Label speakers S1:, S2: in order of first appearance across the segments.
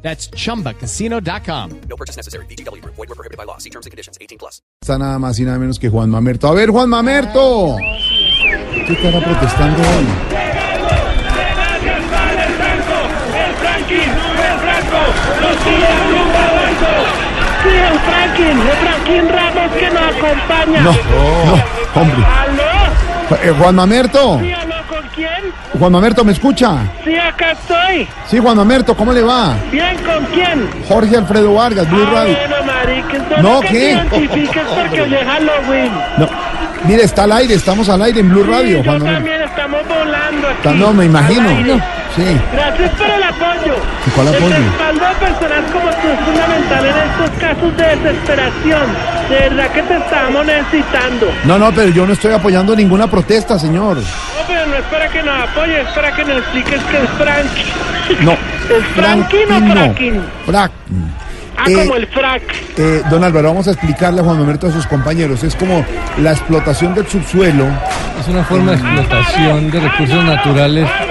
S1: That's chumbacasino.com.
S2: No purchase necessary. BGW. Void were prohibited by law. See terms and conditions. 18 plus.
S3: Está nada más y nada menos que Juan Mamerto. A ver, Juan Mamerto. ¿Qué estará protestando hoy?
S4: Gracias, Padre Santo. El franquismo de Franco nos sigue rumbo a Hueso.
S5: Sí, el Franklin, el Franklin Ramos que nos acompaña.
S3: No, no, hombre.
S5: ¿Aló?
S3: Eh, Juan Mamerto.
S5: ¿Sí, aló, con quién?
S3: Juan Mamerto, ¿me escucha?
S5: Sí, acá estoy.
S3: Sí, Juan Mamerto, ¿cómo le va?
S5: Bien, ¿con quién?
S3: Jorge Alfredo Vargas, Blue
S5: Ah,
S3: Radio.
S5: bueno, marica, solo
S3: No,
S5: que
S3: ¿qué?
S5: te identifiques porque hoy es Halloween.
S3: No. Mire, está al aire, estamos al aire en Blue Radio,
S5: Sí, yo
S3: Juan Mamerto.
S5: también estamos volando aquí.
S3: Está- No, me imagino.
S5: Al aire.
S3: Sí.
S5: Gracias por el apoyo.
S3: ¿Y cuál apoyo?
S5: El respaldo de personas como tú es fundamental en estos casos de desesperación. De verdad que te estamos necesitando.
S3: No, no, pero yo no estoy apoyando ninguna protesta, señor.
S5: No, pero no es para que nos apoye, es para que nos expliques que es Frankie.
S3: No.
S5: ¿Es Franklin o Franklin?
S3: Franklin.
S5: Ah,
S3: Eh,
S5: como el frac.
S3: Eh, don Álvaro, vamos a explicarle a Juan Mamerto a sus compañeros. Es como la explotación del subsuelo.
S6: Es una forma de
S3: Mm.
S6: explotación de recursos naturales Ah.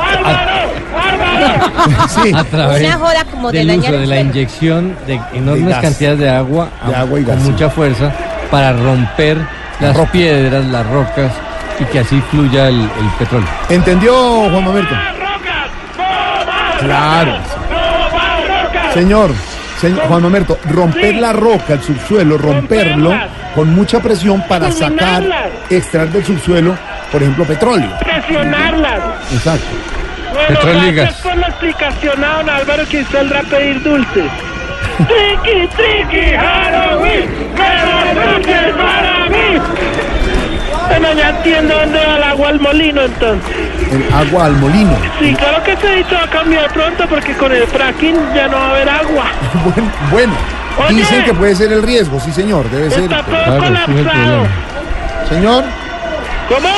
S5: ¡Álvaro! ¡Álvaro! ¡Álvaro!
S3: Sí.
S6: a través
S7: Una joda como de
S6: del
S7: dañar
S6: uso
S7: el
S6: de la
S7: suelo.
S6: inyección de enormes
S3: gas.
S6: cantidades de agua,
S3: De
S6: a-
S3: agua y
S6: con
S3: gas, sí.
S6: mucha fuerza para romper las piedras, las rocas y que así fluya el, el petróleo.
S3: ¿Entendió, Juan Mamerto?
S5: ¡Rocas! ¡Boba!
S3: Claro.
S5: ¡Boba! ¡Rocas!
S3: Señor, señor, Juan Mamerto, romper
S5: Sí.
S3: la roca, el subsuelo, romperlo
S5: Romperla.
S3: con mucha presión para sacar,
S5: Fulminarla.
S3: extraer del subsuelo, por ejemplo, petróleo.
S5: ¡Presionarlas!
S3: Exacto.
S5: Bueno,
S6: Petroligas.
S5: gracias por la explicación a don Álvaro que saldrá a pedir dulces. ¡Triqui, triqui, Halloween! ¡Nuevas dulces para mí! Bueno, ya entiendo dónde va el agua al molino entonces.
S3: El agua al molino.
S5: Sí, claro que ese dicho va a cambiar pronto porque con el fracking ya no va a haber agua.
S3: Bueno, bueno,
S5: Oye.
S3: dicen que puede ser el riesgo, sí, señor, debe ser.
S5: Está todo
S6: Claro, sí, el
S5: colapsado.
S6: problema.
S3: Señor,
S5: ¿Cómo?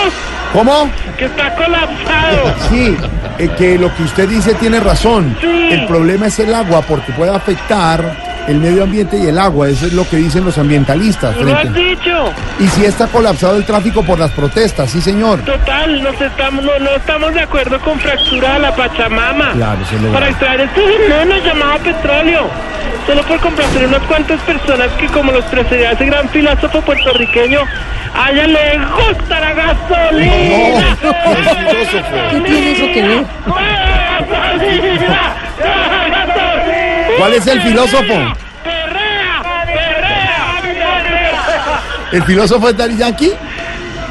S3: ¿cómo?
S5: Que está colapsado.
S3: Sí, eh, que lo que usted dice tiene razón.
S5: Sí.
S3: El problema es el agua porque puede afectar el medio ambiente y el agua. Eso es lo que dicen los ambientalistas.
S5: Tú lo has
S3: frente-
S5: dicho.
S3: Y si está colapsado el tráfico por las protestas, sí, señor.
S5: Total, nos estamos, no, no estamos de acuerdo con fractura de la Pachamama.
S3: Claro, se lo-
S5: Para extraer estos enormes llamado petróleo. Solo por complacer unas cuantas personas que, como los precedía ese gran filósofo puertorriqueño, a ella le gusta la gasolina.
S3: No,
S5: ¡La
S3: filósofo.
S5: gasolina!
S7: ¿Qué tiene eso que ver?
S5: ¡La gasolina! ¡La gasolina!
S3: ¿Cuál es el filósofo?
S5: Perrea, perrea, perrea.
S3: ¿El filósofo es Dari Yankee?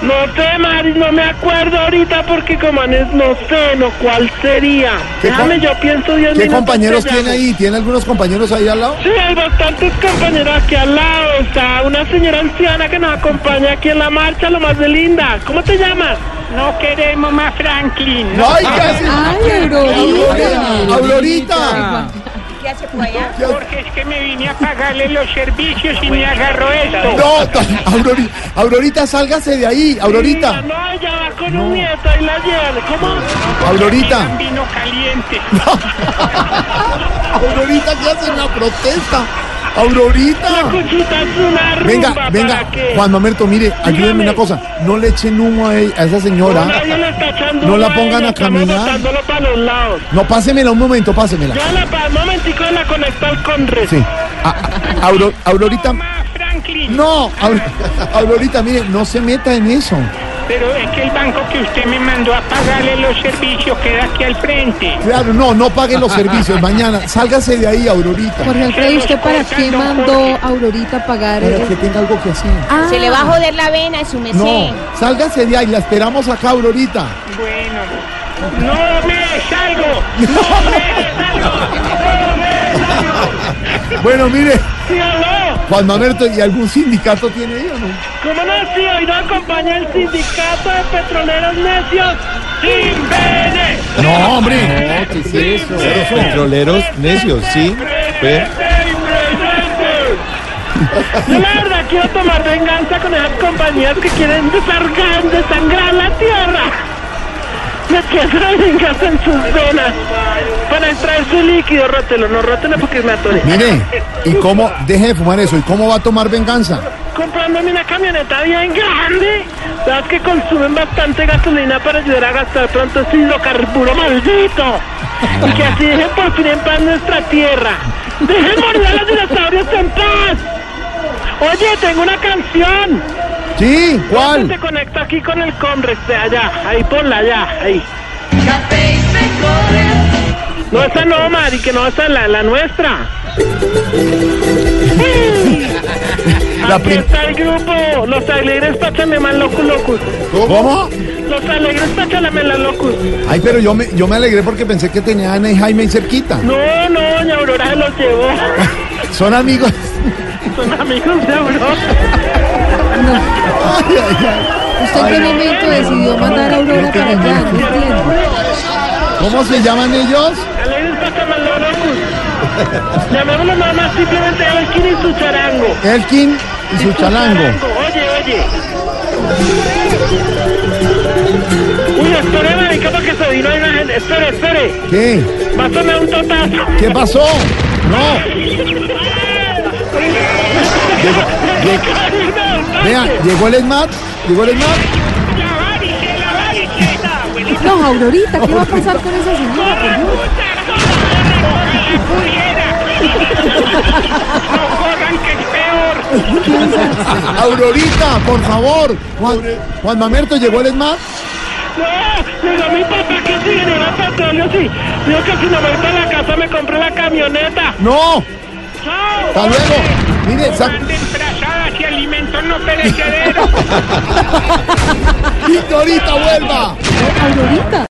S5: No sé, Mari, no me acuerdo ahorita porque como es- no sé, no cuál sería.
S3: ¿Qué
S5: Déjame,
S3: com-
S5: yo pienso diez
S3: ¿Qué
S5: minutos
S3: compañeros
S5: te llamo.
S3: tiene ahí? ¿Tiene algunos compañeros ahí al lado?
S5: Sí, hay bastantes compañeros aquí al lado. Está una señora anciana que nos acompaña aquí en la marcha, lo más de linda. ¿Cómo te llamas? No queremos más Franklin.
S3: ¡Ay, qué hace!
S7: Ay, Aurorita.
S3: Aurorita, ¡Aurorita!
S7: ¿Qué hace por allá?
S5: Porque es que me vine a pagarle los servicios y me agarró esto.
S3: No, ta- Aurori- Aurorita, sálgase de ahí, Aurorita,
S5: No, ella va con un nieto y la lleva. ¿Cómo?
S3: Aurorita,
S5: Vino caliente.
S3: Aurorita, ¿qué hace en la protesta? Aurorita.
S5: Cuchita es una rumba.
S3: Venga, venga,
S5: ¿para qué?
S3: Juan Mamerto, mire, ayúdenme
S5: Dígame.
S3: una cosa, no le echen humo a, e- a esa señora,
S5: Nadie le está echando
S3: No la
S5: humo
S3: pongan
S5: ella,
S3: a
S5: estamos
S3: caminar.
S5: botándolo para los lados.
S3: no, pásemela un momento, pásemela.
S5: Ya la pa, un momentico la conecto al Conres.
S3: Sí, A- a- Auro- Aurorita,
S5: Toma, Franklin.
S3: no, Aur- Aurorita, mire, no se meta en eso.
S5: Pero es que el banco que usted me mandó a pagarle los servicios queda aquí al frente.
S3: Claro, no, no pague los servicios mañana. Sálgase de ahí, Aurorita.
S8: Jorge Alfredo, ¿usted para qué mandó a Aurorita a pagar?
S3: Para
S8: el-
S3: que tenga algo que hacer.
S8: Ah,
S7: Se le va a joder la vena, su mesé.
S3: No, sálgase de ahí, la esperamos acá, Aurorita.
S5: Bueno, no me salgo. No me salgo. No me salgo.
S3: Bueno, mire,
S5: ¿Sí o no?
S3: Juan Mamerto, ¿y algún sindicato tiene ahí o no?
S5: ¿Cómo no, sí? Hoy nos acompaña el sindicato de petroleros necios. ¡Sin vene!
S3: No, hombre.
S5: Petroleros necios, sí. Yo la verdad quiero tomar venganza con esas compañías que quieren desargar, desangrar la tierra. Meter la venganza en sus venas para extraer su líquido. Rótelo, no rótelo porque me atoré.
S3: Mire, ¿y cómo? Deje de fumar eso. ¿Y cómo va a tomar venganza?
S5: Comprándome una camioneta bien grande. Las que consumen bastante gasolina para ayudar a gastar pronto ese hidrocarburo maldito. Y que así dejen por fin en paz nuestra tierra. Dejen morir a los dinosaurios en paz. Oye, tengo una canción.
S3: ¿Sí?
S5: Se
S3: ¿Cuál?
S5: te conecta aquí con el Conrex de allá. Ahí, ponla allá. Ahí. No, esa no, Mari, que no, esa es la, la nuestra.
S3: La
S5: Aquí
S3: prim-
S5: está el grupo. Los alegres Pachaleman Locus Locus.
S3: ¿Cómo?
S5: Los alegres Pachaleman Locus.
S3: Ay, pero yo me, yo me alegré porque pensé que tenía a Ana y Jaime ahí cerquita.
S5: No, no, doña Aurora se los llevó.
S3: Son amigos.
S5: Son amigos de Aurora.
S3: Ay, ay, ay.
S8: ¿Usted en qué momento decidió mandar a Aurora para allá? No entiendo.
S3: ¿Cómo se llaman ellos?
S5: Alegres Pachaleman Locus. Llamémoslo nada más simplemente Elkin y su charango.
S3: Elkin y su chalango.
S5: Oye, oye. Uy, espere, marica, porque se vino ahí una gente. Espere, espere.
S3: ¿Qué?
S5: Va a sonar un totazo.
S3: ¿Qué pasó? No. Vea, llegó el ESMAD. Llegó el ESMAD.
S4: La varicela, varicela, abuelita.
S8: No, Aurorita, ¿qué va a pasar con esa señora?
S4: Corran, puta, corran, corran la cuyera. No corran, que es peor.
S3: Aurorita, por favor. Juan, Juan Mamerto, llegó el ESMAD.
S5: No, digo a mi papá que si viniera petróleo, sí. Digo que si no voy para la casa me compré la camioneta.
S3: No.
S5: Chao.
S3: Hasta luego. Mire, sac-
S4: Anden trazadas y alimentos no perecederos.
S3: Victorita, vuelva.
S8: Aurorita.